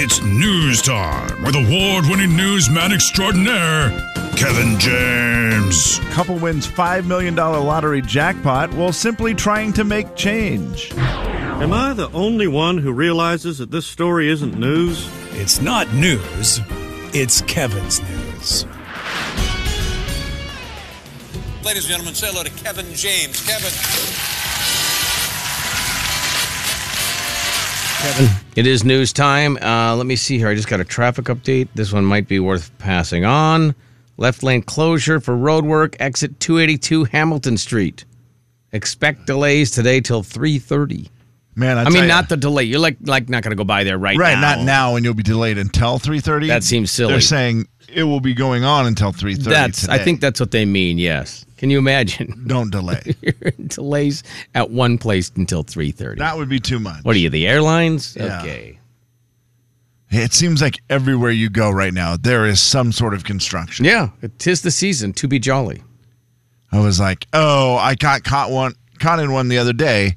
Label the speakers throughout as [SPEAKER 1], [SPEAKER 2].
[SPEAKER 1] It's news time with award winning newsman extraordinaire, Kevin James.
[SPEAKER 2] Couple wins $5 million lottery jackpot while simply trying to make change.
[SPEAKER 3] Am I the only one who realizes that this story isn't news?
[SPEAKER 4] It's not news, it's Kevin's news.
[SPEAKER 5] Ladies and gentlemen, say hello to Kevin James. Kevin.
[SPEAKER 6] Kevin. It is news time. Uh, let me see here. I just got a traffic update. This one might be worth passing on. Left lane closure for road work, exit 282 Hamilton Street. Expect delays today till 3:30.
[SPEAKER 2] Man, I,
[SPEAKER 6] I
[SPEAKER 2] tell
[SPEAKER 6] mean,
[SPEAKER 2] ya.
[SPEAKER 6] not the delay. You're like like not going to go by there right,
[SPEAKER 2] right,
[SPEAKER 6] now.
[SPEAKER 2] not now, and you'll be delayed until three thirty.
[SPEAKER 6] That seems silly.
[SPEAKER 2] They're saying it will be going on until three thirty.
[SPEAKER 6] That's I think that's what they mean. Yes. Can you imagine
[SPEAKER 2] don't delay.
[SPEAKER 6] delays at one place until 3:30?
[SPEAKER 2] that would be too much.
[SPEAKER 6] What are you, the airlines?
[SPEAKER 2] Yeah.
[SPEAKER 6] Okay.
[SPEAKER 2] It seems like everywhere you go right now, there is some sort of construction.
[SPEAKER 6] Yeah, it is the season to be jolly.
[SPEAKER 2] I was like, oh, I got caught one caught in one the other day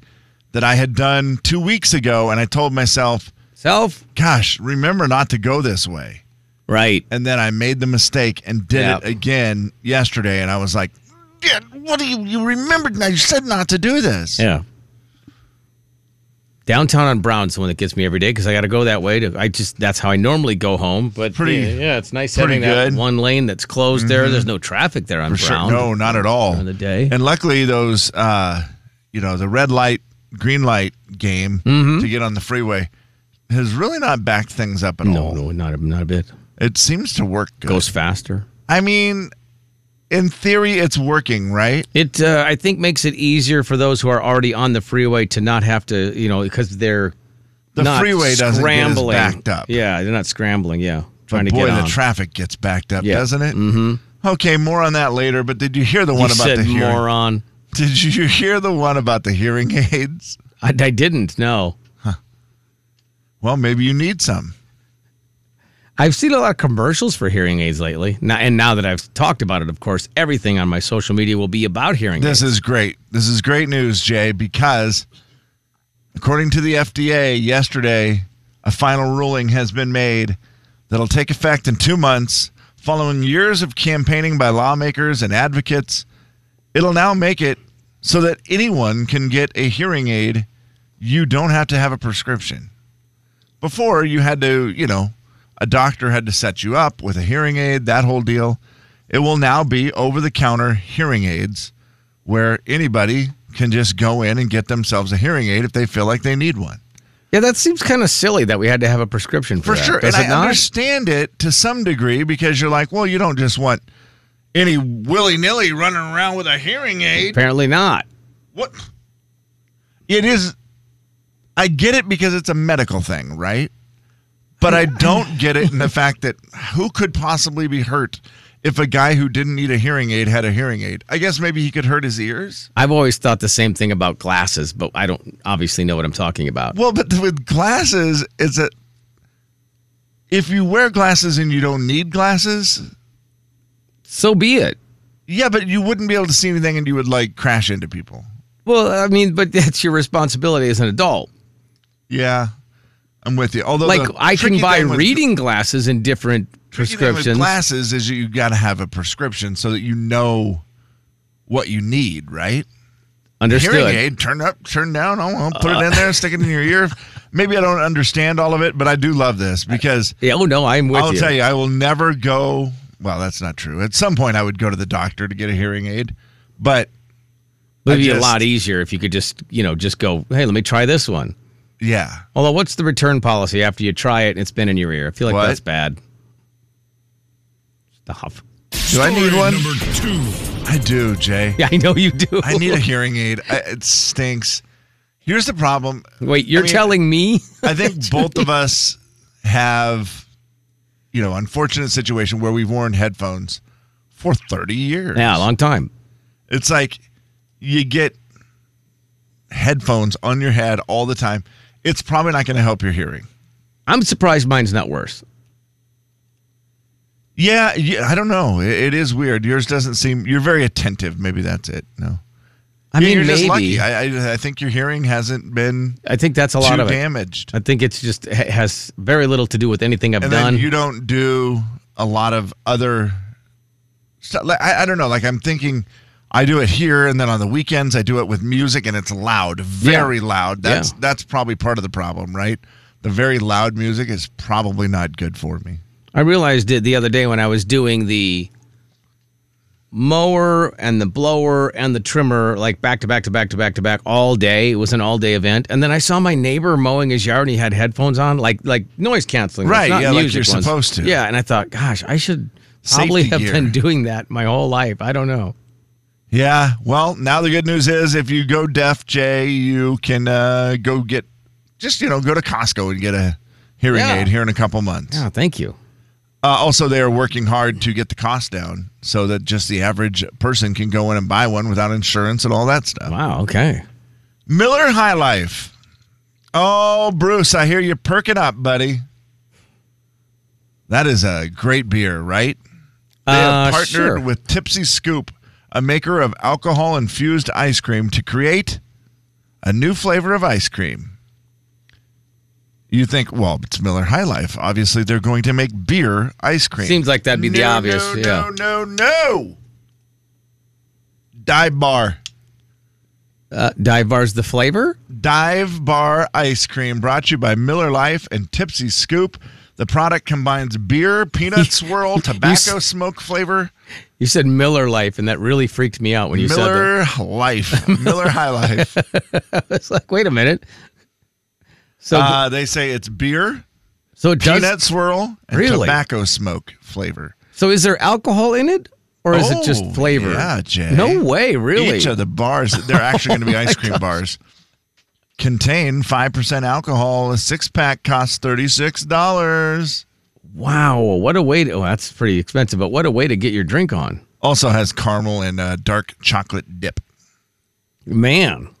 [SPEAKER 2] that I had done two weeks ago, and I told myself,
[SPEAKER 6] Self?
[SPEAKER 2] gosh, remember not to go this way.
[SPEAKER 6] Right.
[SPEAKER 2] And then I made the mistake and did
[SPEAKER 6] Yep.
[SPEAKER 2] it again yesterday, and I was like, yeah, what do you you remembered? now? You said not to do this.
[SPEAKER 6] Yeah. Downtown on Brown's the one that gets me every day because I got to go that way. To, I just that's how I normally go home. But
[SPEAKER 2] Pretty-
[SPEAKER 6] yeah, yeah, it's nice
[SPEAKER 2] pretty
[SPEAKER 6] having that
[SPEAKER 2] good. Mm-hmm.
[SPEAKER 6] one lane that's closed there. There's no traffic there on
[SPEAKER 2] For
[SPEAKER 6] Brown.
[SPEAKER 2] sure. No, not at all.
[SPEAKER 6] During the day.
[SPEAKER 2] And luckily, those, uh, you know, the red light, green light game
[SPEAKER 6] Mm-hmm.
[SPEAKER 2] to get on the freeway has really not backed things up at
[SPEAKER 6] no,
[SPEAKER 2] all.
[SPEAKER 6] no, not a, not a bit.
[SPEAKER 2] It seems to work good.
[SPEAKER 6] Goes faster.
[SPEAKER 2] I mean, in theory, it's working, right?
[SPEAKER 6] It uh, I think makes it easier for those who are already on the freeway to not have to you know because they're
[SPEAKER 2] The
[SPEAKER 6] not
[SPEAKER 2] freeway doesn't
[SPEAKER 6] scrambling.
[SPEAKER 2] get as backed up.
[SPEAKER 6] Yeah, they're not scrambling. Yeah, trying
[SPEAKER 2] But
[SPEAKER 6] to
[SPEAKER 2] boy,
[SPEAKER 6] get
[SPEAKER 2] the
[SPEAKER 6] on.
[SPEAKER 2] traffic gets backed up,
[SPEAKER 6] Yeah.
[SPEAKER 2] doesn't it? Mm-hmm. Okay, more on that later. But did you hear the
[SPEAKER 6] you
[SPEAKER 2] one about
[SPEAKER 6] said
[SPEAKER 2] the hearing?
[SPEAKER 6] moron.
[SPEAKER 2] Did you hear the one about the hearing aids?
[SPEAKER 6] I, I didn't. No.
[SPEAKER 2] Well, maybe you need some.
[SPEAKER 6] I've seen a lot of commercials for hearing aids lately. Now, and now that I've talked about it, of course, everything on my social media will be about hearing aids.
[SPEAKER 2] This is great. This is great news, Jay, because according to the FDA, yesterday, a final ruling has been made that'll take effect in two months. Following years of campaigning by lawmakers and advocates, it'll now make it so that anyone can get a hearing aid. You don't have to have a prescription. Before, you had to, you know, a doctor had to set you up with a hearing aid, that whole deal. It will now be over the counter hearing aids where anybody can just go in and get themselves a hearing aid if they feel like they need one.
[SPEAKER 6] yeah, that seems kind of silly that we had to have a prescription for,
[SPEAKER 2] For
[SPEAKER 6] that.
[SPEAKER 2] sure.
[SPEAKER 6] Does
[SPEAKER 2] and
[SPEAKER 6] it
[SPEAKER 2] I
[SPEAKER 6] not?
[SPEAKER 2] understand it to some degree because you're like, well, you don't just want any willy nilly running around with a hearing aid.
[SPEAKER 6] Apparently not.
[SPEAKER 2] What? It is. I get it because it's a medical thing, right? But I don't get it in the fact that who could possibly be hurt if a guy who didn't need a hearing aid had a hearing aid? I guess maybe he could hurt his ears.
[SPEAKER 6] I've always thought the same thing about glasses, but I don't obviously know what I'm talking about.
[SPEAKER 2] Well, but with glasses, it's a. If you wear glasses and you don't need glasses,
[SPEAKER 6] So be it.
[SPEAKER 2] yeah, but you wouldn't be able to see anything and you would like crash into people.
[SPEAKER 6] Well, I mean, but that's your responsibility as an adult.
[SPEAKER 2] Yeah, I'm with you. Although,
[SPEAKER 6] like
[SPEAKER 2] the
[SPEAKER 6] I can
[SPEAKER 2] tricky
[SPEAKER 6] buy
[SPEAKER 2] thing with-
[SPEAKER 6] reading glasses in different
[SPEAKER 2] tricky thing With
[SPEAKER 6] prescriptions.
[SPEAKER 2] glasses is you got to have a prescription so that you know what you need, right?
[SPEAKER 6] Understood.
[SPEAKER 2] Hearing aid, turn up, turn down. Oh, well, put it in there, stick it in your ear. Maybe I don't understand all of it, but I do love this because
[SPEAKER 6] Yeah, oh no, I'm with
[SPEAKER 2] I'll
[SPEAKER 6] you.
[SPEAKER 2] tell you, I will never go. Well, that's not true. At some point, I would go to the doctor to get a hearing aid, but
[SPEAKER 6] It'd be
[SPEAKER 2] I
[SPEAKER 6] a
[SPEAKER 2] just-
[SPEAKER 6] lot easier if you could just, you know, just go, hey, let me try this one.
[SPEAKER 2] yeah,
[SPEAKER 6] Although, what's the return policy after you try it and it's been in your ear? I feel like
[SPEAKER 2] What?
[SPEAKER 6] that's bad. Stuff.
[SPEAKER 2] do I need
[SPEAKER 1] Story
[SPEAKER 2] one?
[SPEAKER 1] Number two.
[SPEAKER 2] I do, Jay.
[SPEAKER 6] Yeah, I know you do.
[SPEAKER 2] I need a hearing aid. I, it stinks. Here's the problem.
[SPEAKER 6] Wait, you're
[SPEAKER 2] I mean-
[SPEAKER 6] telling me?
[SPEAKER 2] I think both of us have, you know, unfortunate situation where we've worn headphones for 30 years.
[SPEAKER 6] Yeah, a long time.
[SPEAKER 2] It's like you get headphones on your head all the time. It's probably not going to help your hearing.
[SPEAKER 6] I'm surprised mine's not worse.
[SPEAKER 2] Yeah, yeah, I don't know. It, it is weird. Yours doesn't seem. You're very attentive. Maybe that's it. No,
[SPEAKER 6] I mean,
[SPEAKER 2] you're just
[SPEAKER 6] maybe.
[SPEAKER 2] lucky. I, I, I think your hearing hasn't been
[SPEAKER 6] I think that's a lot
[SPEAKER 2] too
[SPEAKER 6] of it.
[SPEAKER 2] damaged.
[SPEAKER 6] I think it's just it has very little to do with anything I've
[SPEAKER 2] and
[SPEAKER 6] done.
[SPEAKER 2] then you don't do a lot of other stuff. Like, I, I don't know. Like I'm thinking, I do it here, and then on the weekends I do it with music, and it's loud, very loud. That's
[SPEAKER 6] Yeah.
[SPEAKER 2] that's probably part of the problem, right? The very loud music is probably not good for me.
[SPEAKER 6] I realized it the other day when I was doing the mower and the blower and the trimmer like back to back to back to back to back all day. It was an all day event, and then I saw my neighbor mowing his yard and he had headphones on, like like noise canceling, ones,
[SPEAKER 2] Right,
[SPEAKER 6] not
[SPEAKER 2] yeah, like
[SPEAKER 6] music
[SPEAKER 2] you're
[SPEAKER 6] ones.
[SPEAKER 2] supposed to.
[SPEAKER 6] Yeah, and I thought, gosh, I should probably
[SPEAKER 2] Safety
[SPEAKER 6] have
[SPEAKER 2] gear.
[SPEAKER 6] been doing that my whole life. I don't know.
[SPEAKER 2] Yeah. Well, now the good news is if you go deaf, Jay, you can uh, go get just you know go to Costco and get a hearing
[SPEAKER 6] Yeah.
[SPEAKER 2] aid here in a couple months.
[SPEAKER 6] Yeah, thank you.
[SPEAKER 2] Uh, also, they are working hard to get the cost down so that just the average person can go in and buy one without insurance and all that stuff.
[SPEAKER 6] Wow. Okay.
[SPEAKER 2] Miller High Life. Oh, Bruce, I hear you perking up, buddy. That is a great beer, right? They
[SPEAKER 6] Uh,
[SPEAKER 2] have partnered
[SPEAKER 6] sure.
[SPEAKER 2] with Tipsy Scoop, a maker of alcohol infused ice cream, to create a new flavor of ice cream. You think, well, it's Miller High Life. Obviously, they're going to make beer ice cream.
[SPEAKER 6] Seems like that'd be the
[SPEAKER 2] No,
[SPEAKER 6] obvious,
[SPEAKER 2] No,
[SPEAKER 6] yeah.
[SPEAKER 2] no, no, no. Dive bar.
[SPEAKER 6] Uh, dive bars the flavor.
[SPEAKER 2] Dive Bar Ice Cream brought to you by Miller Life and Tipsy Scoop. The product combines beer, peanut swirl, tobacco
[SPEAKER 6] s-
[SPEAKER 2] smoke flavor,
[SPEAKER 6] You said Miller Life, and that really freaked me out when you said that.
[SPEAKER 2] Miller Life, Miller High Life.
[SPEAKER 6] It's like, wait a minute. So,
[SPEAKER 2] Uh, they say it's beer,
[SPEAKER 6] so it does.
[SPEAKER 2] peanut swirl, and
[SPEAKER 6] Really?
[SPEAKER 2] tobacco smoke flavor.
[SPEAKER 6] So, is there alcohol in it, or is it
[SPEAKER 2] Oh,
[SPEAKER 6] just flavor?
[SPEAKER 2] yeah, Jay.
[SPEAKER 6] No way, really.
[SPEAKER 2] Each of the bars, they're actually going to be ice cream bars, contain 5% alcohol. A six pack costs $36.
[SPEAKER 6] wow, what a way to. Oh, that's pretty expensive, but what a way to get your drink on,
[SPEAKER 2] Also has caramel and uh, dark chocolate dip.
[SPEAKER 6] man.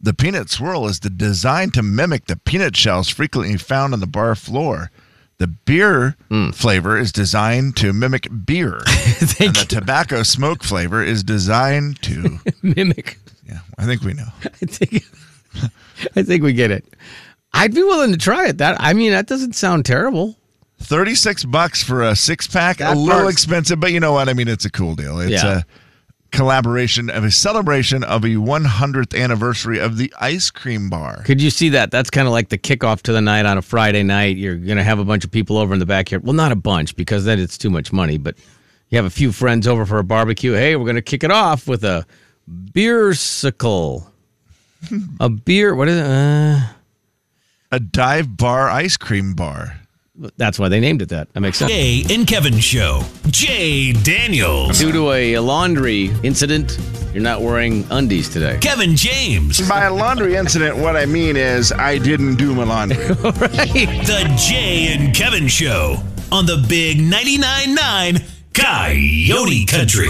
[SPEAKER 2] The peanut swirl is the design to mimic the peanut shells frequently found on the bar floor. The beer
[SPEAKER 6] Hmm.
[SPEAKER 2] flavor is designed to mimic beer. and
[SPEAKER 6] Thank
[SPEAKER 2] the tobacco smoke flavor is designed to.
[SPEAKER 6] you. Mimic.
[SPEAKER 2] Yeah, I think we know.
[SPEAKER 6] I think. I think we get it. I'd be willing to try it. That I mean, that doesn't sound terrible.
[SPEAKER 2] 36 bucks for a six pack. A
[SPEAKER 6] That
[SPEAKER 2] little
[SPEAKER 6] part's-
[SPEAKER 2] expensive, but you know what? I mean, it's a cool deal. It's
[SPEAKER 6] Yeah.
[SPEAKER 2] a collaboration of a celebration of a 100th anniversary of the ice cream bar.
[SPEAKER 6] Could you see that? That's kind of like the kickoff to the night on a Friday night. You're going to have a bunch of people over in the backyard. Well, not a bunch because then it's too much money, but you have a few friends over for a barbecue. Hey, we're going to kick it off with a beersicle. a beer, what is it? Uh,
[SPEAKER 2] A dive bar ice cream bar.
[SPEAKER 6] that's why they named it that. That makes sense.
[SPEAKER 4] Jay and Kevin Show. Jay Daniels.
[SPEAKER 6] Due to a laundry incident, you're not wearing undies today.
[SPEAKER 4] Kevin James.
[SPEAKER 2] By a laundry incident, what I mean is I didn't do my laundry.
[SPEAKER 4] The Jay and Kevin Show on the big 99.9 9 Coyote Country.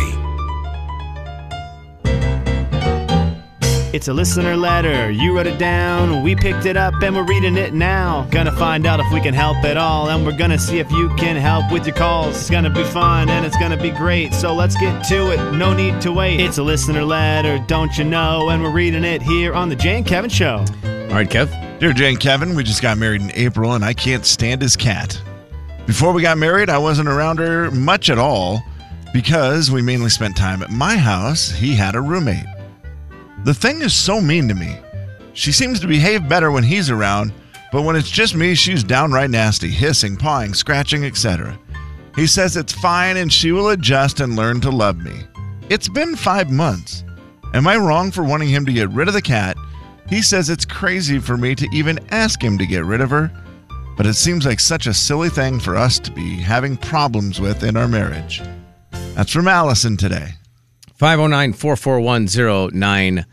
[SPEAKER 7] It's a listener letter. You wrote it down. We picked it up and we're reading it now. Gonna find out if we can help at all. And we're gonna see if you can help with your calls. It's gonna be fun and it's gonna be great. So let's get to it. No need to wait. It's a listener letter, don't you know? And we're reading it here on The Jane Kevin Show.
[SPEAKER 6] All right, Kev.
[SPEAKER 2] Dear Jane Kevin, we just got married in April and I can't stand his cat. Before we got married, I wasn't around her much at all because we mainly spent time at my house. He had a roommate. The thing is so mean to me. She seems to behave better when he's around, but when it's just me, she's downright nasty, hissing, pawing, scratching, etc. He says it's fine and she will adjust and learn to love me. It's been five months. Am I wrong for wanting him to get rid of the cat? He says it's crazy for me to even ask him to get rid of her, but it seems like such a silly thing for us to be having problems with in our marriage. That's from Allison today.
[SPEAKER 6] 509 441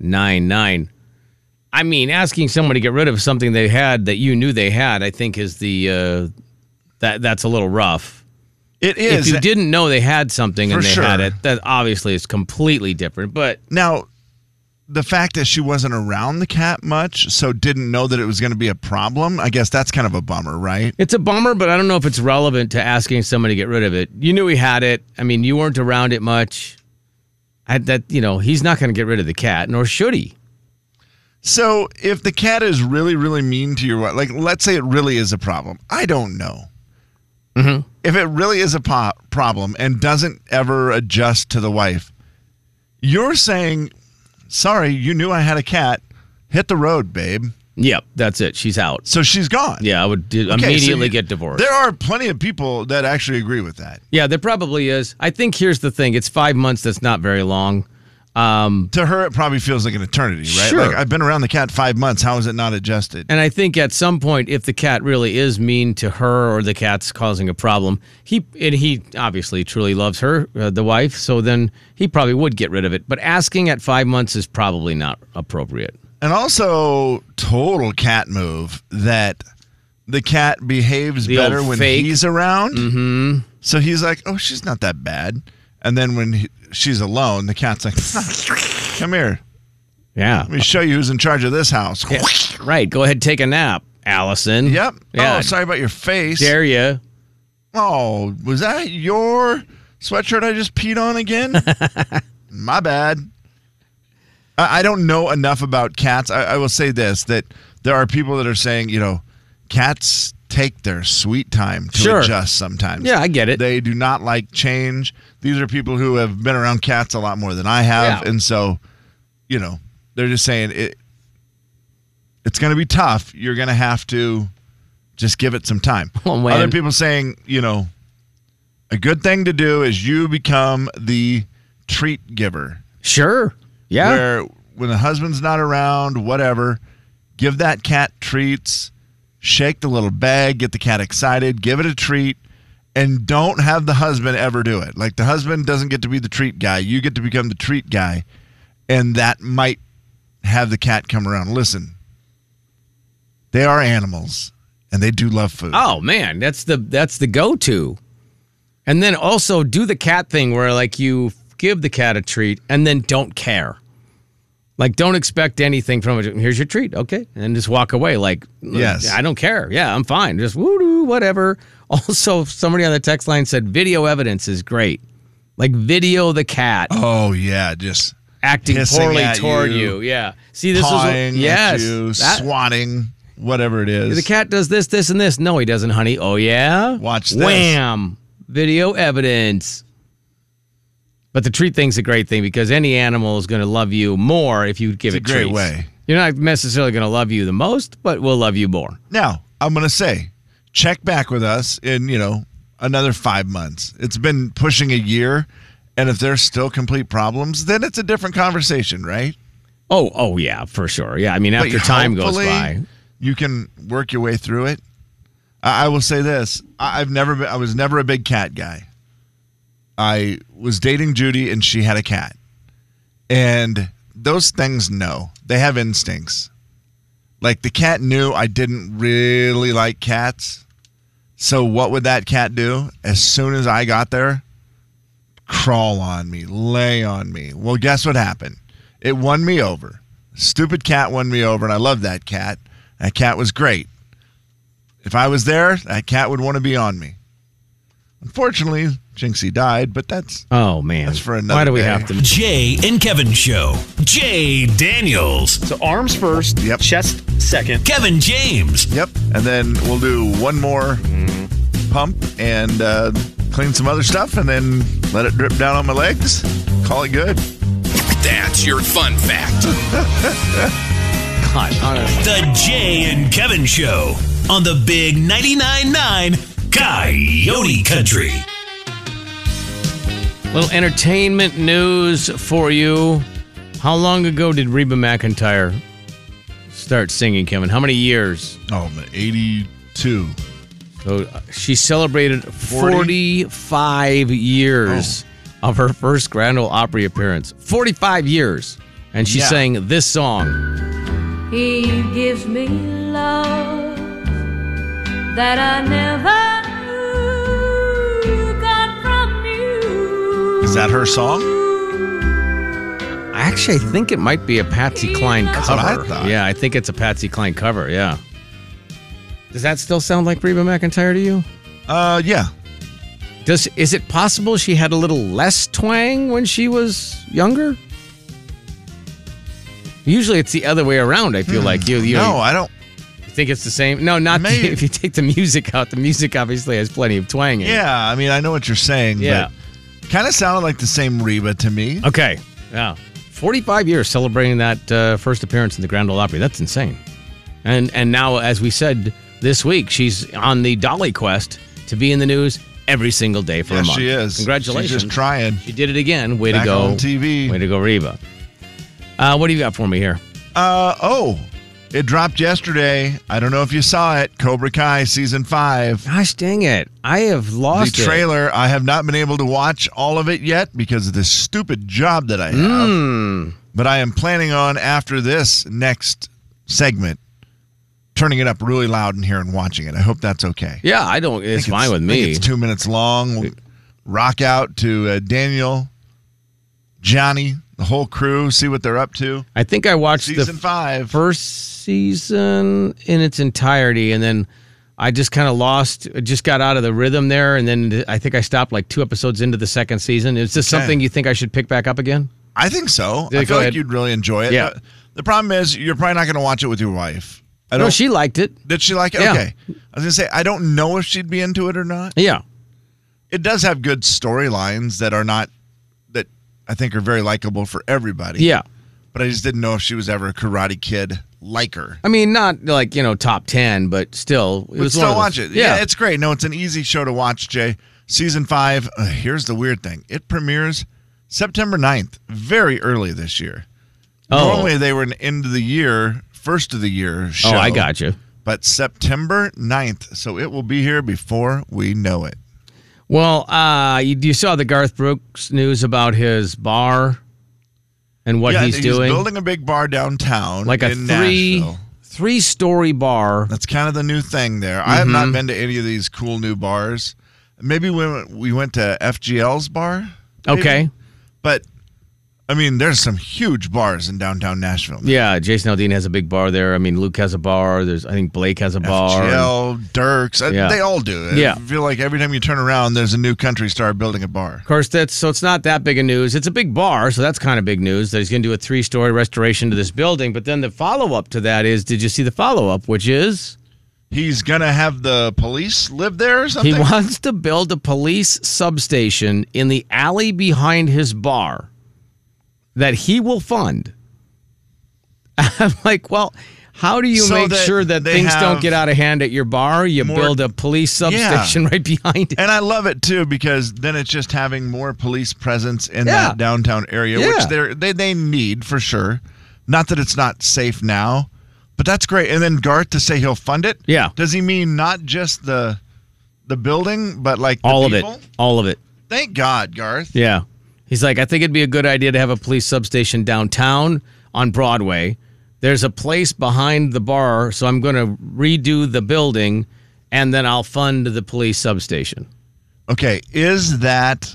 [SPEAKER 6] 0999. I mean, asking someone to get rid of something they had that you knew they had, I think is the, uh, that that's a little rough.
[SPEAKER 2] It
[SPEAKER 6] If you didn't know they had something
[SPEAKER 2] For
[SPEAKER 6] and they had
[SPEAKER 2] sure.
[SPEAKER 6] it, that obviously is completely different. But
[SPEAKER 2] Now, the fact that she wasn't around the cat much, so didn't know that it was going to be a problem, I guess that's kind of a bummer, right?
[SPEAKER 6] it's a bummer, but I don't know if it's relevant to asking someone to get rid of it. You knew he had it. I mean, you weren't around it much. I, that you know he's not going to get rid of the cat, nor should he.
[SPEAKER 2] So if the cat is really, really mean to your wife, like let's say it really is a problem, I don't know.
[SPEAKER 6] Mm-hmm.
[SPEAKER 2] If it really is a po- problem and doesn't ever adjust to the wife, you're saying, "Sorry, you knew I had a cat. Hit the road, babe."
[SPEAKER 6] Yep, that's it. She's out.
[SPEAKER 2] So she's gone.
[SPEAKER 6] Yeah, I would do,
[SPEAKER 2] Okay, so
[SPEAKER 6] immediately
[SPEAKER 2] you-
[SPEAKER 6] get divorced.
[SPEAKER 2] There are plenty of people that actually agree with that.
[SPEAKER 6] yeah, there probably is. I think here's the thing: it's five months. That's not very long. Um,
[SPEAKER 2] To her, it probably feels like an eternity, right?
[SPEAKER 6] Sure.
[SPEAKER 2] Like I've been around the cat five months. How is it not adjusted?
[SPEAKER 6] and I think at some point, if the cat really is mean to her, or the cat's causing a problem, he and he obviously truly loves her, uh, the wife. So then he probably would get rid of it. But asking at five months is probably not appropriate.
[SPEAKER 2] And also, total cat move that the cat behaves
[SPEAKER 6] The
[SPEAKER 2] better
[SPEAKER 6] old
[SPEAKER 2] when
[SPEAKER 6] fake.
[SPEAKER 2] he's around. Mm-hmm. So he's like, oh, she's not that bad. And then when he, she's alone, the cat's like, come here.
[SPEAKER 6] Yeah,
[SPEAKER 2] Let me show you who's in charge of this house.
[SPEAKER 6] right. Go ahead, take a nap, Allison.
[SPEAKER 2] Yep.
[SPEAKER 6] Yeah.
[SPEAKER 2] Oh, sorry about your face.
[SPEAKER 6] Dare you?
[SPEAKER 2] Oh, was that your sweatshirt I just peed on again? My bad. I, I don't know enough about cats. I, I will say this that there are people that are saying, you know, cats take their sweet time to
[SPEAKER 6] Sure.
[SPEAKER 2] adjust sometimes.
[SPEAKER 6] Yeah, I get it.
[SPEAKER 2] They do not like change. These are people who have been around cats a lot more than I have.
[SPEAKER 6] Yeah.
[SPEAKER 2] And so, you know, they're just saying it. It's going to be tough. You're going to have to just give it some time.
[SPEAKER 6] Well, when-
[SPEAKER 2] Other people saying, you know, a good thing to do is you become the treat giver.
[SPEAKER 6] Sure. Yeah.
[SPEAKER 2] Where when the husband's not around, whatever, give that cat treats, shake the little bag, get the cat excited, give it a treat, and don't have the husband ever do it. Like the husband doesn't get to be the treat guy. You get to become the treat guy. And that might have the cat come around. Listen, they are animals and they do love food.
[SPEAKER 6] Oh man, that's the that's the go-to. And then also do the cat thing where like you give the cat a treat and then don't care. Like don't expect anything from it. Here's your treat, okay? And just walk away like
[SPEAKER 2] Yes.
[SPEAKER 6] I don't care. Yeah, I'm fine. Just woo doo whatever. Also somebody on the text line said video evidence is great. Like video the cat
[SPEAKER 2] Oh yeah, just
[SPEAKER 6] acting
[SPEAKER 2] hissing
[SPEAKER 6] poorly
[SPEAKER 2] at
[SPEAKER 6] toward you.
[SPEAKER 2] you.
[SPEAKER 6] Yeah. See this
[SPEAKER 2] pawing
[SPEAKER 6] is yes.
[SPEAKER 2] at you,
[SPEAKER 6] that-
[SPEAKER 2] swatting, whatever it is.
[SPEAKER 6] The cat does this, this, and this. No, he doesn't, honey. Oh yeah.
[SPEAKER 2] Watch this.
[SPEAKER 6] Wham! Video evidence. But the treat thing's a great thing because any animal is going to love you more if you give
[SPEAKER 2] It's a
[SPEAKER 6] it
[SPEAKER 2] great
[SPEAKER 6] treats.
[SPEAKER 2] way.
[SPEAKER 6] You're not necessarily going to love you the most, but we'll love you more.
[SPEAKER 2] Now, I'm going to say, check back with us in, you know, another five months. It's been pushing a year. And if there's still complete problems, then it's a different conversation, right?
[SPEAKER 6] Oh, oh yeah, for sure. Yeah, I mean
[SPEAKER 2] But
[SPEAKER 6] after time goes
[SPEAKER 2] hopefully
[SPEAKER 6] by.
[SPEAKER 2] you can work your way through it. I, I will say this: I, I've never been. I was never a big cat guy. I was dating Judy, and she had a cat, and those things know they have instincts. Like the cat knew I didn't really like cats, so what would that cat do? As soon as I got there, crawl on me, lay on me. Well, guess what happened? It won me over. Stupid cat won me over, and I love that cat. That cat was great. If I was there, that cat would want to be on me. Unfortunately, Jinxie died, but that's
[SPEAKER 6] Oh man.
[SPEAKER 2] That's for
[SPEAKER 6] Why
[SPEAKER 2] another
[SPEAKER 6] do we
[SPEAKER 2] day.
[SPEAKER 6] have to
[SPEAKER 4] Jay and Kevin Show. Jay Daniels.
[SPEAKER 7] So arms first,
[SPEAKER 2] Yep.
[SPEAKER 7] chest second.
[SPEAKER 4] Kevin James.
[SPEAKER 2] yep. And then we'll do one more pump and uh, clean some other stuff, and then let it drip down on my legs. Call it good.
[SPEAKER 8] That's your fun fact.
[SPEAKER 6] cut? Honestly.
[SPEAKER 4] The Jay and Kevin Show on the Big 99.9 9 Coyote Country.
[SPEAKER 6] Little entertainment news for you. How long ago did Reba McIntyre start singing, Kevin? How many years?
[SPEAKER 2] Oh, man, 82.
[SPEAKER 6] So uh, she celebrated
[SPEAKER 2] 40?
[SPEAKER 6] 45 years
[SPEAKER 2] Oh.
[SPEAKER 6] of her first Grand Ole Opry appearance. 45 years. And she
[SPEAKER 2] Yeah.
[SPEAKER 6] sang this song.
[SPEAKER 9] He gives me love that I never knew got from you.
[SPEAKER 2] Is that her song?
[SPEAKER 6] Actually, I think it might be a Patsy Cline cover.
[SPEAKER 2] what I thought.
[SPEAKER 6] Yeah, I think it's a Patsy Cline cover. Yeah. Does that still sound like Reba McIntyre to you?
[SPEAKER 2] Uh, yeah.
[SPEAKER 6] Does is it possible she had a little less twang when she was younger? Usually it's the other way around. I feel like you you
[SPEAKER 2] Hmm. No, I don't.
[SPEAKER 6] you think it's the same. No, not the-
[SPEAKER 2] Maybe-
[SPEAKER 6] if you take the music out. The music obviously has plenty of twang in it.
[SPEAKER 2] Yeah, I mean, I know what you're saying.
[SPEAKER 6] Yeah.
[SPEAKER 2] But kind of sounded like the same Reba to me.
[SPEAKER 6] Okay. Yeah. 45 years celebrating that uh, first appearance in the Grand Ole Opry. That's insane. And and now, as we said this week, she's on the Dolly quest to be in the news every single day for a
[SPEAKER 2] Yes,
[SPEAKER 6] month.
[SPEAKER 2] she is.
[SPEAKER 6] Congratulations.
[SPEAKER 2] She's just trying.
[SPEAKER 6] She did it again. Way
[SPEAKER 2] Back
[SPEAKER 6] to go.
[SPEAKER 2] on TV.
[SPEAKER 6] Way to go, Reba. Uh, what do you got for me here?
[SPEAKER 2] Uh oh, it dropped yesterday. I don't know if you saw it. Cobra Kai season five.
[SPEAKER 6] Gosh dang it. I have
[SPEAKER 2] The
[SPEAKER 6] lost it.
[SPEAKER 2] trailer. I have not been able to watch all of it yet because of this stupid job that I have.
[SPEAKER 6] Hmm.
[SPEAKER 2] But I am planning on after this next segment turning it up really loud in here and watching it. I hope that's okay.
[SPEAKER 6] Yeah, I don't. It's
[SPEAKER 2] think
[SPEAKER 6] fine with
[SPEAKER 2] I think
[SPEAKER 6] me.
[SPEAKER 2] It's two minutes long. We'll rock out to uh, Daniel, Johnny, the whole crew. See what they're up to.
[SPEAKER 6] I think I watched the
[SPEAKER 2] Season five.
[SPEAKER 6] first season in its entirety and then I just kind of lost just got out of the rhythm there and then I think I stopped like two episodes into the second season. Is this
[SPEAKER 2] Okay.
[SPEAKER 6] something you think I should pick back up again?
[SPEAKER 2] I think so.
[SPEAKER 6] Yeah,
[SPEAKER 2] I
[SPEAKER 6] go
[SPEAKER 2] feel like
[SPEAKER 6] ahead.
[SPEAKER 2] you'd really enjoy it.
[SPEAKER 6] Yeah.
[SPEAKER 2] The- The problem is you're probably not going to watch it with your wife. I
[SPEAKER 6] No,
[SPEAKER 2] don't.
[SPEAKER 6] she liked it.
[SPEAKER 2] did she like it?
[SPEAKER 6] Yeah.
[SPEAKER 2] Okay. I was going to say I don't know if she'd be into it or not.
[SPEAKER 6] Yeah.
[SPEAKER 2] It does have good storylines that are not that I think are very likable for everybody.
[SPEAKER 6] Yeah.
[SPEAKER 2] But I just didn't know if she was ever a Karate Kid liker.
[SPEAKER 6] I mean, not like, you know, top 10, but still. It
[SPEAKER 2] But
[SPEAKER 6] one
[SPEAKER 2] still
[SPEAKER 6] of
[SPEAKER 2] watch
[SPEAKER 6] those-
[SPEAKER 2] it. Yeah. it's great. No, it's an easy show to watch, Jay. Season five. uh, here's the weird thing: it premieres September 9th, very early this year.
[SPEAKER 6] Oh.
[SPEAKER 2] Normally they were an end of the year, first of the year show.
[SPEAKER 6] oh, I got you.
[SPEAKER 2] But September 9th, so it will be here before we know it.
[SPEAKER 6] Well, uh, you, you saw the Garth Brooks news about his bar and what
[SPEAKER 2] yeah,
[SPEAKER 6] he's, doing.
[SPEAKER 2] building a big bar downtown,
[SPEAKER 6] like a
[SPEAKER 2] in
[SPEAKER 6] three
[SPEAKER 2] Nashville.
[SPEAKER 6] three story bar.
[SPEAKER 2] That's kind of the new thing there. I have
[SPEAKER 6] Mm-hmm.
[SPEAKER 2] not been to any of these cool new bars. Maybe when we went to FGL's bar. maybe?
[SPEAKER 6] Okay.
[SPEAKER 2] But I mean, there's some huge bars in downtown Nashville.
[SPEAKER 6] Yeah, Jason Aldean has a big bar there. I mean, Luke has a bar. There's, I think Blake has a bar.
[SPEAKER 2] FGL, Dirks, I-
[SPEAKER 6] Yeah.
[SPEAKER 2] they all do. it.
[SPEAKER 6] Yeah.
[SPEAKER 2] I feel like every time you turn around, there's a new country star building a bar.
[SPEAKER 6] Of course, that's so it's not that big a news. It's a big bar, so that's kind of big news that he's going to do a three story restoration to this building. But then the follow up to that is, did you see the follow up, which is
[SPEAKER 2] He's gonna have the police live there or something.
[SPEAKER 6] he wants to build a police substation in the alley behind his bar that he will fund. I'm like, well. How do you
[SPEAKER 2] So
[SPEAKER 6] make
[SPEAKER 2] that
[SPEAKER 6] sure that
[SPEAKER 2] they
[SPEAKER 6] things don't
[SPEAKER 2] have
[SPEAKER 6] get out of hand at your bar? You
[SPEAKER 2] more-
[SPEAKER 6] build a police substation right behind it.
[SPEAKER 2] and I love it too because then it's just having more police presence in
[SPEAKER 6] Yeah.
[SPEAKER 2] that downtown area,
[SPEAKER 6] Yeah.
[SPEAKER 2] which they're, they they need for sure. Not that it's not safe now, but that's great. And then Garth to say he'll fund it.
[SPEAKER 6] Yeah.
[SPEAKER 2] does he mean not just the the building, but like the
[SPEAKER 6] All of
[SPEAKER 2] people?
[SPEAKER 6] it. All of it.
[SPEAKER 2] Thank God, Garth.
[SPEAKER 6] Yeah. He's like, I think it'd be a good idea to have a police substation downtown on Broadway. There's a place behind the bar, so I'm going to redo the building and then I'll fund the police substation.
[SPEAKER 2] Okay, is that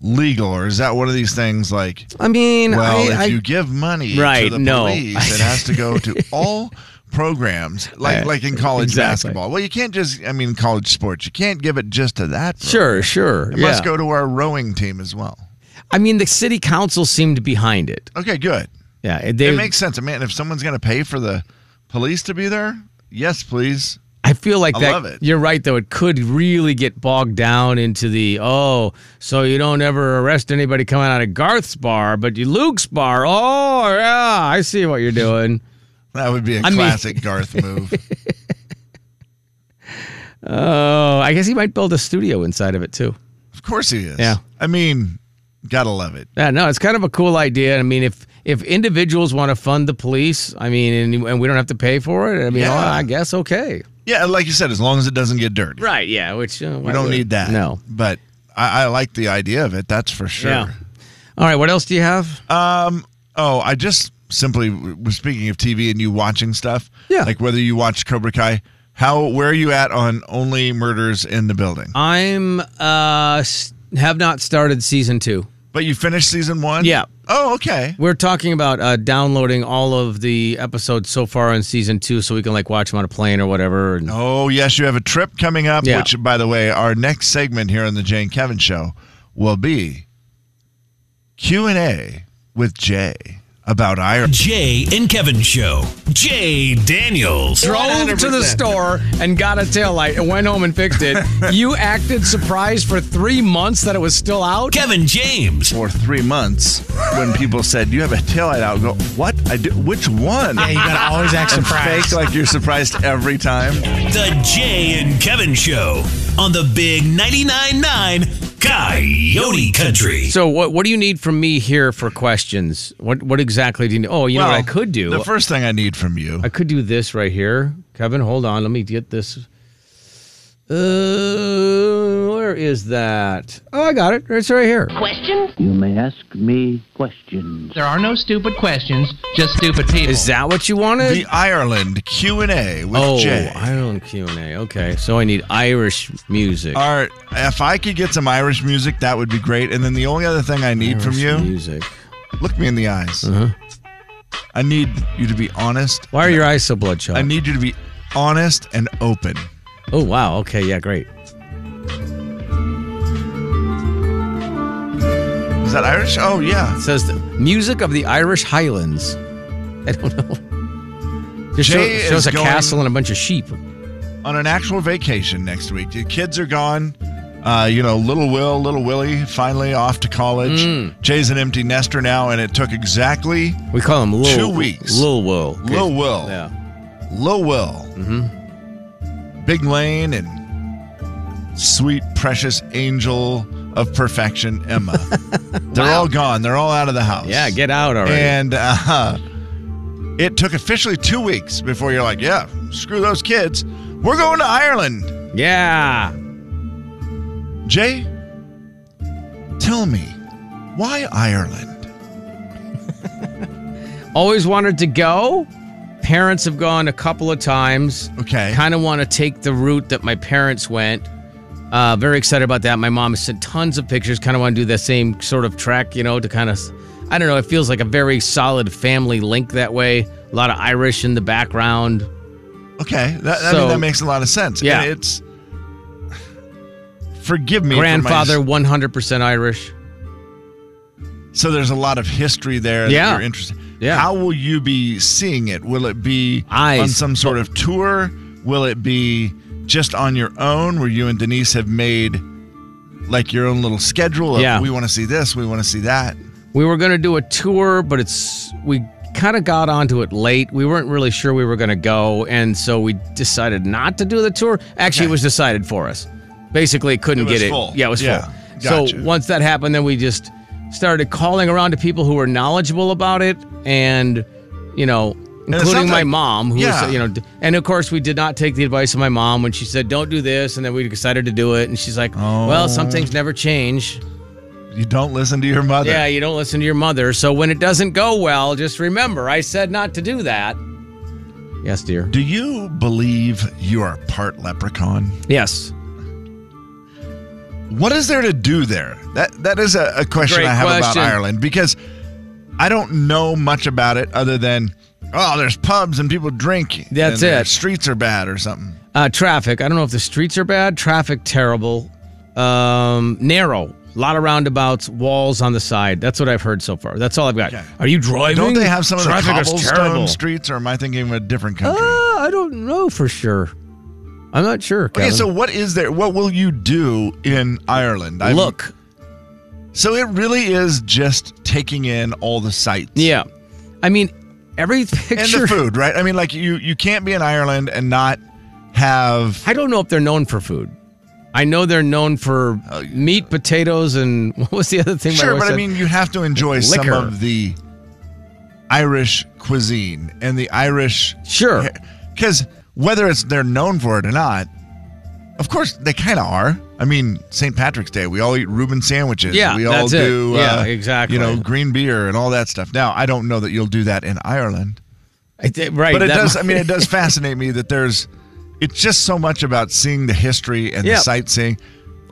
[SPEAKER 2] legal or is that one of these things like?
[SPEAKER 6] I mean,
[SPEAKER 2] Well,
[SPEAKER 6] I,
[SPEAKER 2] if
[SPEAKER 6] I-
[SPEAKER 2] you give money
[SPEAKER 6] Right,
[SPEAKER 2] to the
[SPEAKER 6] no.
[SPEAKER 2] police, it has to go to all programs, like like in college
[SPEAKER 6] Exactly.
[SPEAKER 2] basketball. Well, you can't just, I mean, college sports, you can't give it just to that. program.
[SPEAKER 6] sure, sure.
[SPEAKER 2] It
[SPEAKER 6] yeah.
[SPEAKER 2] must go to our rowing team as well.
[SPEAKER 6] I mean, the city council seemed behind it.
[SPEAKER 2] Okay, good.
[SPEAKER 6] Yeah. They,
[SPEAKER 2] it makes sense. I mean, if someone's going to pay for the police to be there, yes, please.
[SPEAKER 6] I feel like
[SPEAKER 2] I
[SPEAKER 6] that.
[SPEAKER 2] love it.
[SPEAKER 6] You're right, though. It could really get bogged down into the oh, so you don't ever arrest anybody coming out of Garth's bar, but you Luke's bar. Oh, yeah, I see what you're doing.
[SPEAKER 2] That would be a
[SPEAKER 6] I mean-
[SPEAKER 2] classic Garth move.
[SPEAKER 6] Oh, I guess he might build a studio inside of it too.
[SPEAKER 2] Of course he is.
[SPEAKER 6] Yeah.
[SPEAKER 2] I mean, gotta love it.
[SPEAKER 6] Yeah, no, it's kind of a cool idea. I mean, if if individuals want to fund the police, I mean, and, and we don't have to pay for it, I mean,
[SPEAKER 2] Yeah.
[SPEAKER 6] oh, I guess okay.
[SPEAKER 2] Yeah, like you said, as long as it doesn't get dirty.
[SPEAKER 6] Right? Yeah. Which uh,
[SPEAKER 2] We don't need that.
[SPEAKER 6] No.
[SPEAKER 2] But I, I like the idea of it. That's for sure.
[SPEAKER 6] Yeah. All right. What else do you have?
[SPEAKER 2] Uh, Oh, I just simply was speaking of TV and you watching stuff.
[SPEAKER 6] Yeah.
[SPEAKER 2] Like whether you watch Cobra Kai, how where are you at on
[SPEAKER 6] Uh,
[SPEAKER 2] only murders in the building?
[SPEAKER 6] I'm uh s- have not started season two.
[SPEAKER 2] But you finished season one?
[SPEAKER 6] Yeah.
[SPEAKER 2] Oh, okay.
[SPEAKER 6] We're talking about uh, downloading all of the episodes so far in season two, so we can like watch them on a plane or whatever. And
[SPEAKER 2] Oh, yes, you have a trip coming up,
[SPEAKER 6] Yeah.
[SPEAKER 2] which, by the way, our next segment here on the Jay and Kevin Show will be Q&A with Jay about Ireland.
[SPEAKER 4] Jay and Kevin Show. Jay Daniels.
[SPEAKER 6] drove to the store and got a taillight and went home and fixed it. you acted surprised for three months that it was still out.
[SPEAKER 4] Kevin James.
[SPEAKER 2] For three months, when people said, you have a taillight out, go, what? I do? Which one?
[SPEAKER 10] Yeah, you gotta always act
[SPEAKER 2] and
[SPEAKER 10] surprised.
[SPEAKER 2] fake like you're surprised every time.
[SPEAKER 4] The Jay and Kevin Show on the Big 99.9 9 Coyote Country.
[SPEAKER 6] So what what do you need from me here for questions? What what exactly do you need? Oh, you know what I could do.
[SPEAKER 2] The first thing I need from you.
[SPEAKER 6] I could do this right here. Kevin, hold on. Let me get this. Uh, where is that? Oh, I got it. It's right here.
[SPEAKER 10] There are no stupid questions, just stupid people.
[SPEAKER 6] Is that what you wanted?
[SPEAKER 2] The Ireland Q&A with
[SPEAKER 6] oh,
[SPEAKER 2] Jay.
[SPEAKER 6] Ireland Q&A. Okay. So I need Irish music.
[SPEAKER 2] Art, if I could get some Irish music, that would be great. And then the only other thing I need from
[SPEAKER 6] Irish
[SPEAKER 2] you,
[SPEAKER 6] Music. Uh-huh.
[SPEAKER 2] look me in the eyes. I need you to be honest.
[SPEAKER 6] Why are your eyes so bloodshot?
[SPEAKER 2] I need you to be honest and open.
[SPEAKER 6] oh, wow. Okay. Yeah, great.
[SPEAKER 2] Is that Irish? Oh, yeah.
[SPEAKER 6] It says the music of the Irish Highlands. I don't know. Just show,
[SPEAKER 2] Jay
[SPEAKER 6] shows
[SPEAKER 2] is
[SPEAKER 6] a
[SPEAKER 2] going-
[SPEAKER 6] castle and a bunch of sheep.
[SPEAKER 2] On an actual vacation next week. The kids are gone. Uh, you know, little Will, little Willie, finally off to college.
[SPEAKER 6] Hmm.
[SPEAKER 2] Jay's an empty nester now, and it took exactly
[SPEAKER 6] We call him Lil.
[SPEAKER 2] Two weeks.
[SPEAKER 6] Lil Will.
[SPEAKER 2] Lil Will.
[SPEAKER 6] Yeah. Mm-hmm.
[SPEAKER 2] Lil Will, Big Lane, and sweet, precious angel of perfection, Emma. They're all gone. They're all out of the house.
[SPEAKER 6] Yeah. Get out already.
[SPEAKER 2] And uh, it took officially two weeks before you're like, yeah, screw those kids. We're going to Ireland.
[SPEAKER 6] yeah.
[SPEAKER 2] Jay, tell me, why Ireland?
[SPEAKER 6] Always wanted to go. Parents have gone a couple of times.
[SPEAKER 2] Okay.
[SPEAKER 6] Kind of want to take the route that my parents went. Uh, very excited about that. My mom has sent tons of pictures. Kind of want to do the same sort of trek, you know, to kind of, I don't know, it feels like a very solid family link that way. A lot of Irish in the background.
[SPEAKER 2] Okay. That, I
[SPEAKER 6] So-
[SPEAKER 2] mean, that makes a lot of sense.
[SPEAKER 6] Yeah.
[SPEAKER 2] And it's. Forgive me. for my-
[SPEAKER 6] Grandfather, 100% Irish.
[SPEAKER 2] So there's a lot of history there
[SPEAKER 6] Yeah.
[SPEAKER 2] that you're interested.
[SPEAKER 6] Yeah.
[SPEAKER 2] How will you be seeing it? Will it be on
[SPEAKER 6] Eyes.
[SPEAKER 2] some sort of tour? Will it be just on your own where you and Denise have made like your own little schedule of
[SPEAKER 6] Yeah.
[SPEAKER 2] we want to see this, we want to see that.
[SPEAKER 6] We were going to do a tour, but it's we kind of got onto it late. We weren't really sure we were going to go, and so we decided not to do the tour. Actually,
[SPEAKER 2] Okay.
[SPEAKER 6] it was decided for us. Basically, couldn't
[SPEAKER 2] It was
[SPEAKER 6] get
[SPEAKER 2] full.
[SPEAKER 6] it. Yeah, it was
[SPEAKER 2] Yeah,
[SPEAKER 6] full.
[SPEAKER 2] gotcha.
[SPEAKER 6] So once that happened, then we just started calling around to people who were knowledgeable about it, and you know.
[SPEAKER 2] it
[SPEAKER 6] Including
[SPEAKER 2] sounds
[SPEAKER 6] my
[SPEAKER 2] like-
[SPEAKER 6] mom, who
[SPEAKER 2] Yeah.
[SPEAKER 6] was, you know, d- and of course we did not take the advice of my mom when she said, "Don't do this," and then we decided to do it, and she's like, "Well,
[SPEAKER 2] Oh.
[SPEAKER 6] some things never change."
[SPEAKER 2] You don't listen to your mother.
[SPEAKER 6] Yeah, you don't listen to your mother. So when it doesn't go well, just remember I said not to do that. Yes, dear.
[SPEAKER 2] Do you believe you are part leprechaun?
[SPEAKER 6] Yes.
[SPEAKER 2] What is there to do there? That that is a, a question
[SPEAKER 6] Great
[SPEAKER 2] I have
[SPEAKER 6] question.
[SPEAKER 2] about Ireland because I don't know much about it other than oh, there's pubs and people drink.
[SPEAKER 6] That's
[SPEAKER 2] and their
[SPEAKER 6] it.
[SPEAKER 2] Streets are bad or something.
[SPEAKER 6] Uh, traffic. I don't know if the streets are bad. Traffic terrible. Um, narrow. A lot of roundabouts, walls on the side. That's what I've heard so far. That's all I've got.
[SPEAKER 2] Okay.
[SPEAKER 6] Are you driving?
[SPEAKER 2] Don't they have some of the
[SPEAKER 6] Traffic is
[SPEAKER 2] cobblestone
[SPEAKER 6] terrible.
[SPEAKER 2] streets, or am I thinking of a different country?
[SPEAKER 6] Uh, I don't know for sure. I'm not sure.
[SPEAKER 2] okay,
[SPEAKER 6] Kevin.
[SPEAKER 2] so what is there? What will you do in Ireland? I'm-
[SPEAKER 6] look.
[SPEAKER 2] So it really is just taking in all the sights.
[SPEAKER 6] Yeah. I mean, every picture.
[SPEAKER 2] And the food, right? I mean, like you you can't be in Ireland and not have
[SPEAKER 6] I don't know if they're known for food. I know they're known for
[SPEAKER 2] Oh,
[SPEAKER 6] meat, potatoes, and what was the other thing? my
[SPEAKER 2] Sure,
[SPEAKER 6] wife
[SPEAKER 2] but I
[SPEAKER 6] said?
[SPEAKER 2] mean, you have to enjoy some
[SPEAKER 6] Liquor.
[SPEAKER 2] of the Irish cuisine and the Irish.
[SPEAKER 6] sure.
[SPEAKER 2] Because whether it's they're known for it or not, of course they kind of are. I mean, St. Patrick's Day, we all eat Reuben sandwiches.
[SPEAKER 6] Yeah,
[SPEAKER 2] we all
[SPEAKER 6] that's it.
[SPEAKER 2] do. uh,
[SPEAKER 6] Yeah, exactly.
[SPEAKER 2] You know, green beer and all that stuff. Now, I don't know that you'll do that in Ireland,
[SPEAKER 6] I thi- right,
[SPEAKER 2] but it
[SPEAKER 6] that
[SPEAKER 2] does.
[SPEAKER 6] might-
[SPEAKER 2] I mean, it does fascinate me that there's. It's just so much about seeing the history and
[SPEAKER 6] Yeah.
[SPEAKER 2] the sightseeing.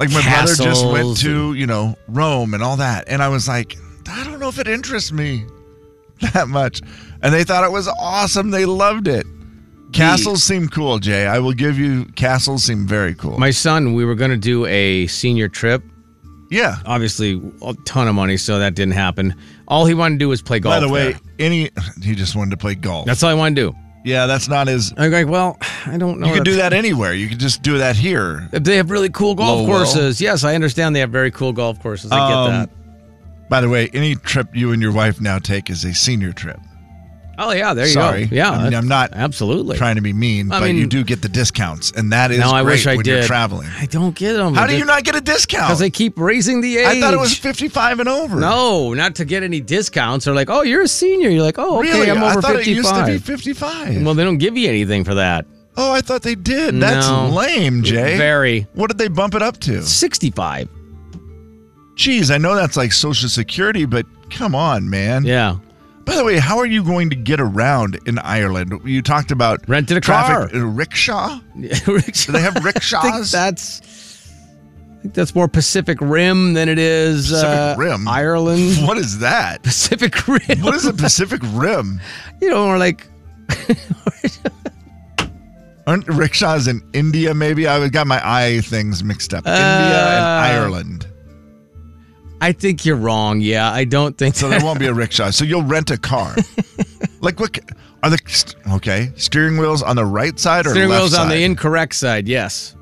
[SPEAKER 2] Like my brother just went
[SPEAKER 6] Castles
[SPEAKER 2] to, you know, Rome and all that. And I was like, I don't know if it interests me that much. And they thought it was awesome. They loved it. Castles seem cool, Jay. I will give you castles seem very cool.
[SPEAKER 6] My son, we were going to do a senior trip.
[SPEAKER 2] yeah.
[SPEAKER 6] Obviously, a ton of money, so that didn't happen. All he wanted to do was play golf.
[SPEAKER 2] By the way,
[SPEAKER 6] there.
[SPEAKER 2] any he just wanted to play golf.
[SPEAKER 6] that's all I wanted to do.
[SPEAKER 2] yeah, that's not his
[SPEAKER 6] I'm like, well, I don't know.
[SPEAKER 2] you could do
[SPEAKER 6] that's-
[SPEAKER 2] that anywhere. You could just do that here.
[SPEAKER 6] They have really cool golf
[SPEAKER 2] Lowell.
[SPEAKER 6] courses. Yes, I understand they have very cool golf courses. I
[SPEAKER 2] Oh, Um,
[SPEAKER 6] get that.
[SPEAKER 2] By the way, any trip you and your wife now take is a senior trip.
[SPEAKER 6] Oh yeah, there you
[SPEAKER 2] sorry.
[SPEAKER 6] go. Yeah,
[SPEAKER 2] I mean, I'm not
[SPEAKER 6] absolutely
[SPEAKER 2] Trying to be mean,
[SPEAKER 6] I
[SPEAKER 2] but
[SPEAKER 6] mean-
[SPEAKER 2] you do get the discounts, and that is
[SPEAKER 6] No, I
[SPEAKER 2] great
[SPEAKER 6] wish I
[SPEAKER 2] when
[SPEAKER 6] did.
[SPEAKER 2] you're traveling.
[SPEAKER 6] I don't get them.
[SPEAKER 2] How do you not get a discount?
[SPEAKER 6] Because they keep raising the age.
[SPEAKER 2] I thought it was 55 and over.
[SPEAKER 6] No, not to get any discounts. They're like, oh, you're a senior. You're like, oh, okay,
[SPEAKER 2] really?
[SPEAKER 6] I'm over
[SPEAKER 2] I thought
[SPEAKER 6] 55.
[SPEAKER 2] it used to be 55.
[SPEAKER 6] Well, they don't give you anything for that.
[SPEAKER 2] oh, I thought they did. That's
[SPEAKER 6] No.
[SPEAKER 2] lame, Jay.
[SPEAKER 6] Very.
[SPEAKER 2] What did they bump it up to?
[SPEAKER 6] 65.
[SPEAKER 2] Geez, I know that's like Social Security, but come on, man.
[SPEAKER 6] Yeah.
[SPEAKER 2] By the way, how are you going to get around in Ireland? You talked about
[SPEAKER 6] Rented a
[SPEAKER 2] traffic,
[SPEAKER 6] car.
[SPEAKER 2] uh, rickshaw.
[SPEAKER 6] Do
[SPEAKER 2] they have
[SPEAKER 6] I think
[SPEAKER 2] rickshaws?
[SPEAKER 6] that's. I think that's more Pacific Rim than it is
[SPEAKER 2] Pacific
[SPEAKER 6] uh,
[SPEAKER 2] Rim?
[SPEAKER 6] Ireland.
[SPEAKER 2] What is that?
[SPEAKER 6] Pacific Rim.
[SPEAKER 2] What is the Pacific Rim?
[SPEAKER 6] You know, or like
[SPEAKER 2] Aren't rickshaws in India? Maybe I got my eye things mixed up. India
[SPEAKER 6] Uh,
[SPEAKER 2] and Ireland.
[SPEAKER 6] I think you're wrong. Yeah, I don't think
[SPEAKER 2] So there won't be a rickshaw. So you'll rent a car. like what? c- Are the st- okay steering wheels on the right side or
[SPEAKER 6] Steering
[SPEAKER 2] left
[SPEAKER 6] wheel's on the
[SPEAKER 2] side?
[SPEAKER 6] incorrect side. Yes,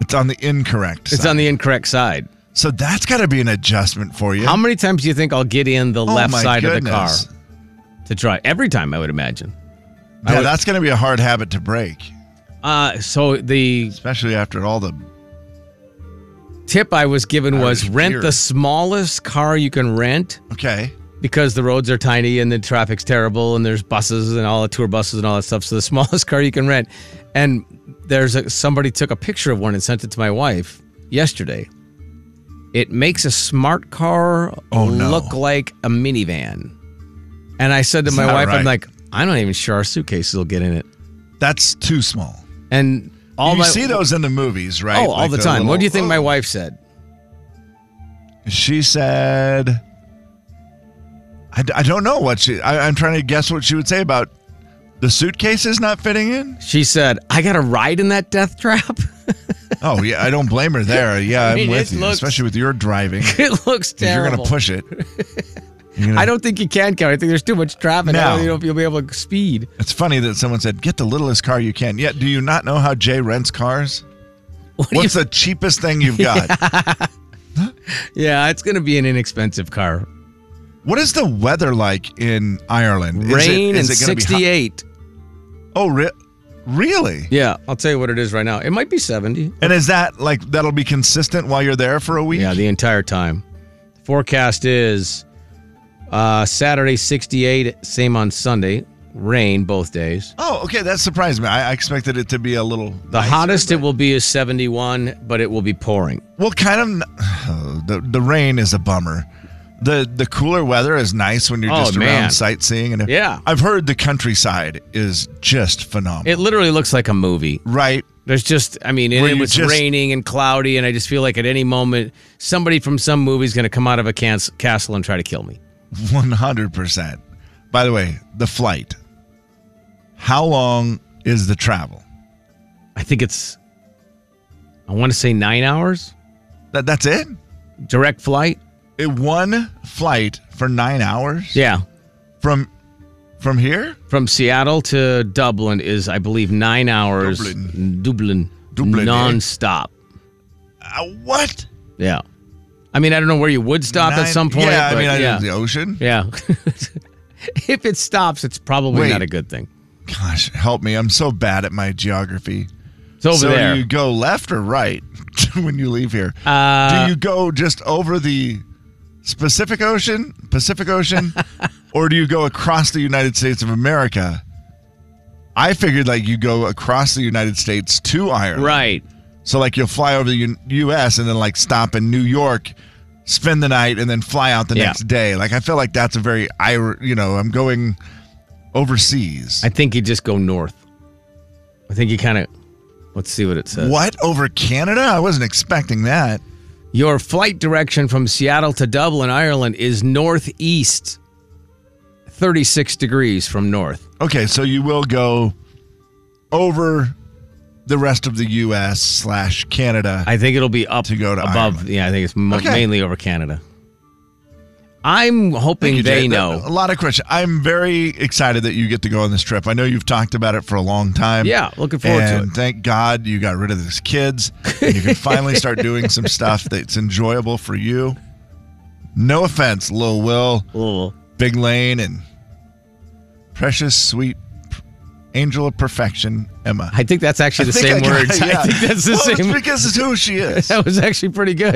[SPEAKER 2] It's on the incorrect.
[SPEAKER 6] it's
[SPEAKER 2] side.
[SPEAKER 6] on the incorrect side.
[SPEAKER 2] So that's got to be an adjustment for you.
[SPEAKER 6] How many times do you think I'll get in the
[SPEAKER 2] Oh
[SPEAKER 6] left
[SPEAKER 2] my
[SPEAKER 6] side of the car
[SPEAKER 2] goodness.
[SPEAKER 6] to try? Every time, I would imagine. I
[SPEAKER 2] Yeah,
[SPEAKER 6] would-
[SPEAKER 2] that's going to be a hard habit to break,
[SPEAKER 6] Uh, so the
[SPEAKER 2] especially after all the.
[SPEAKER 6] tip I was given was
[SPEAKER 2] Irish
[SPEAKER 6] rent
[SPEAKER 2] beer.
[SPEAKER 6] the smallest car you can rent
[SPEAKER 2] Okay.
[SPEAKER 6] because the roads are tiny and the traffic's terrible and there's buses and all the tour buses and all that stuff. So the smallest car you can rent, and there's a, somebody took a picture of one and sent it to my wife yesterday. It makes a smart car
[SPEAKER 2] Oh, no.
[SPEAKER 6] look like a minivan. And I said to
[SPEAKER 2] It's
[SPEAKER 6] my
[SPEAKER 2] not
[SPEAKER 6] wife, I'm
[SPEAKER 2] right.
[SPEAKER 6] like, I'm not even sure our suitcases will get in it.
[SPEAKER 2] That's too small.
[SPEAKER 6] And all
[SPEAKER 2] you
[SPEAKER 6] my,
[SPEAKER 2] see those in the movies,
[SPEAKER 6] oh,
[SPEAKER 2] right?
[SPEAKER 6] all
[SPEAKER 2] Like
[SPEAKER 6] the time. what
[SPEAKER 2] little-
[SPEAKER 6] do you think my
[SPEAKER 2] Oh.
[SPEAKER 6] wife said?
[SPEAKER 2] She said, I, d- I don't know what she, I, I'm trying to guess what she would say about the suitcases not fitting in.
[SPEAKER 6] She said, I got to ride in that death trap.
[SPEAKER 2] Oh, yeah. I don't blame her there. Yeah,
[SPEAKER 6] mean,
[SPEAKER 2] I'm with
[SPEAKER 6] it
[SPEAKER 2] you,
[SPEAKER 6] looks-
[SPEAKER 2] especially with your driving.
[SPEAKER 6] it looks
[SPEAKER 2] If You're
[SPEAKER 6] terrible.
[SPEAKER 2] going to push it. You're gonna-
[SPEAKER 6] I don't think you can, Kevin. I think there's too much traffic. I
[SPEAKER 2] No.
[SPEAKER 6] don't know if you'll be able to speed.
[SPEAKER 2] It's funny that someone said, get the littlest car you can. Yet, do you not know how Jay rents cars?
[SPEAKER 6] What do you-
[SPEAKER 2] What's the cheapest thing you've got?
[SPEAKER 6] yeah, it's going to be an inexpensive car.
[SPEAKER 2] What is the weather like in Ireland? Is
[SPEAKER 6] Rain
[SPEAKER 2] it, is
[SPEAKER 6] and
[SPEAKER 2] it gonna be hot?
[SPEAKER 6] 68.
[SPEAKER 2] Oh, re- really?
[SPEAKER 6] Yeah, I'll tell you what it is right now. It might be 70.
[SPEAKER 2] And is that like that'll be consistent while you're there for a week?
[SPEAKER 6] Yeah, the entire time. Forecast is uh, Saturday 68, same on Sunday. Rain both days.
[SPEAKER 2] oh, okay. That surprised me. I, I expected it to be a little.
[SPEAKER 6] The hottest it will be is 71, but it will be pouring.
[SPEAKER 2] Well, kind of. n- the the rain is a bummer. The the cooler weather is nice when you're
[SPEAKER 6] Oh,
[SPEAKER 2] just
[SPEAKER 6] man.
[SPEAKER 2] around sightseeing and
[SPEAKER 6] Yeah.
[SPEAKER 2] I've heard the countryside is just phenomenal.
[SPEAKER 6] It literally looks like a movie.
[SPEAKER 2] right.
[SPEAKER 6] There's just, I mean, and
[SPEAKER 2] Where
[SPEAKER 6] it
[SPEAKER 2] you
[SPEAKER 6] was
[SPEAKER 2] just-
[SPEAKER 6] raining and cloudy, and I just feel like at any moment somebody from some movie is going to come out of a can- castle and try to kill me.
[SPEAKER 2] 100%. By the way, the flight. How long is the travel?
[SPEAKER 6] I think it's, I want to say nine hours
[SPEAKER 2] That that's it?
[SPEAKER 6] direct flight.
[SPEAKER 2] it? One flight for 9 hours
[SPEAKER 6] Yeah,
[SPEAKER 2] from from here?
[SPEAKER 6] from Seattle to Dublin is, I believe, nine hours.
[SPEAKER 2] Dublin.
[SPEAKER 6] Dublin.
[SPEAKER 2] Dublin, eh?
[SPEAKER 6] nonstop.
[SPEAKER 2] Uh, what?
[SPEAKER 6] Yeah, I mean, I don't know where you would stop at
[SPEAKER 2] Nine-
[SPEAKER 6] some point.
[SPEAKER 2] Yeah,
[SPEAKER 6] but
[SPEAKER 2] I mean, I-
[SPEAKER 6] yeah,
[SPEAKER 2] the ocean.
[SPEAKER 6] yeah. if it stops, it's probably
[SPEAKER 2] Wait.
[SPEAKER 6] not a good thing.
[SPEAKER 2] Gosh, help me. I'm so bad at my geography.
[SPEAKER 6] It's over
[SPEAKER 2] so
[SPEAKER 6] there.
[SPEAKER 2] do you go left or right when you leave here?
[SPEAKER 6] Uh,
[SPEAKER 2] do you go just over the Pacific Ocean, Pacific Ocean, or do you go across the United States of America? I figured like you go across the United States to Ireland.
[SPEAKER 6] right.
[SPEAKER 2] So like you'll fly over the U- U.S. and then like stop in New York, spend the night, and then fly out the
[SPEAKER 6] Yeah.
[SPEAKER 2] next day. Like I feel like that's a very Irish. You know, I'm going overseas.
[SPEAKER 6] I think you just go north. I think you kind of Let's see what it says.
[SPEAKER 2] What over Canada? I wasn't expecting that.
[SPEAKER 6] Your flight direction from Seattle to Dublin, Ireland is northeast, 36 degrees from north.
[SPEAKER 2] Okay, so you will go over the rest of the U.S. slash Canada.
[SPEAKER 6] I think it'll be up
[SPEAKER 2] To go to
[SPEAKER 6] above.
[SPEAKER 2] Ireland.
[SPEAKER 6] Yeah, I think it's mo-
[SPEAKER 2] Okay.
[SPEAKER 6] mainly over Canada. I'm hoping
[SPEAKER 2] Thank you,
[SPEAKER 6] they
[SPEAKER 2] Jay.
[SPEAKER 6] know.
[SPEAKER 2] A lot of questions. I'm very excited that you get to go on this trip. I know you've talked about it for a long time.
[SPEAKER 6] Yeah, looking forward to
[SPEAKER 2] and
[SPEAKER 6] it.
[SPEAKER 2] Thank God you got rid of those kids. And you can finally start doing some stuff that's enjoyable for you. No offense, Lil Will,
[SPEAKER 6] Little-
[SPEAKER 2] Big Lane, and precious, sweet angel of perfection, Emma.
[SPEAKER 6] I think that's actually the
[SPEAKER 2] think
[SPEAKER 6] same
[SPEAKER 2] got-
[SPEAKER 6] words.
[SPEAKER 2] yeah.
[SPEAKER 6] I think that's the
[SPEAKER 2] Well, it's
[SPEAKER 6] same.
[SPEAKER 2] because it's who she is.
[SPEAKER 6] That was actually pretty good.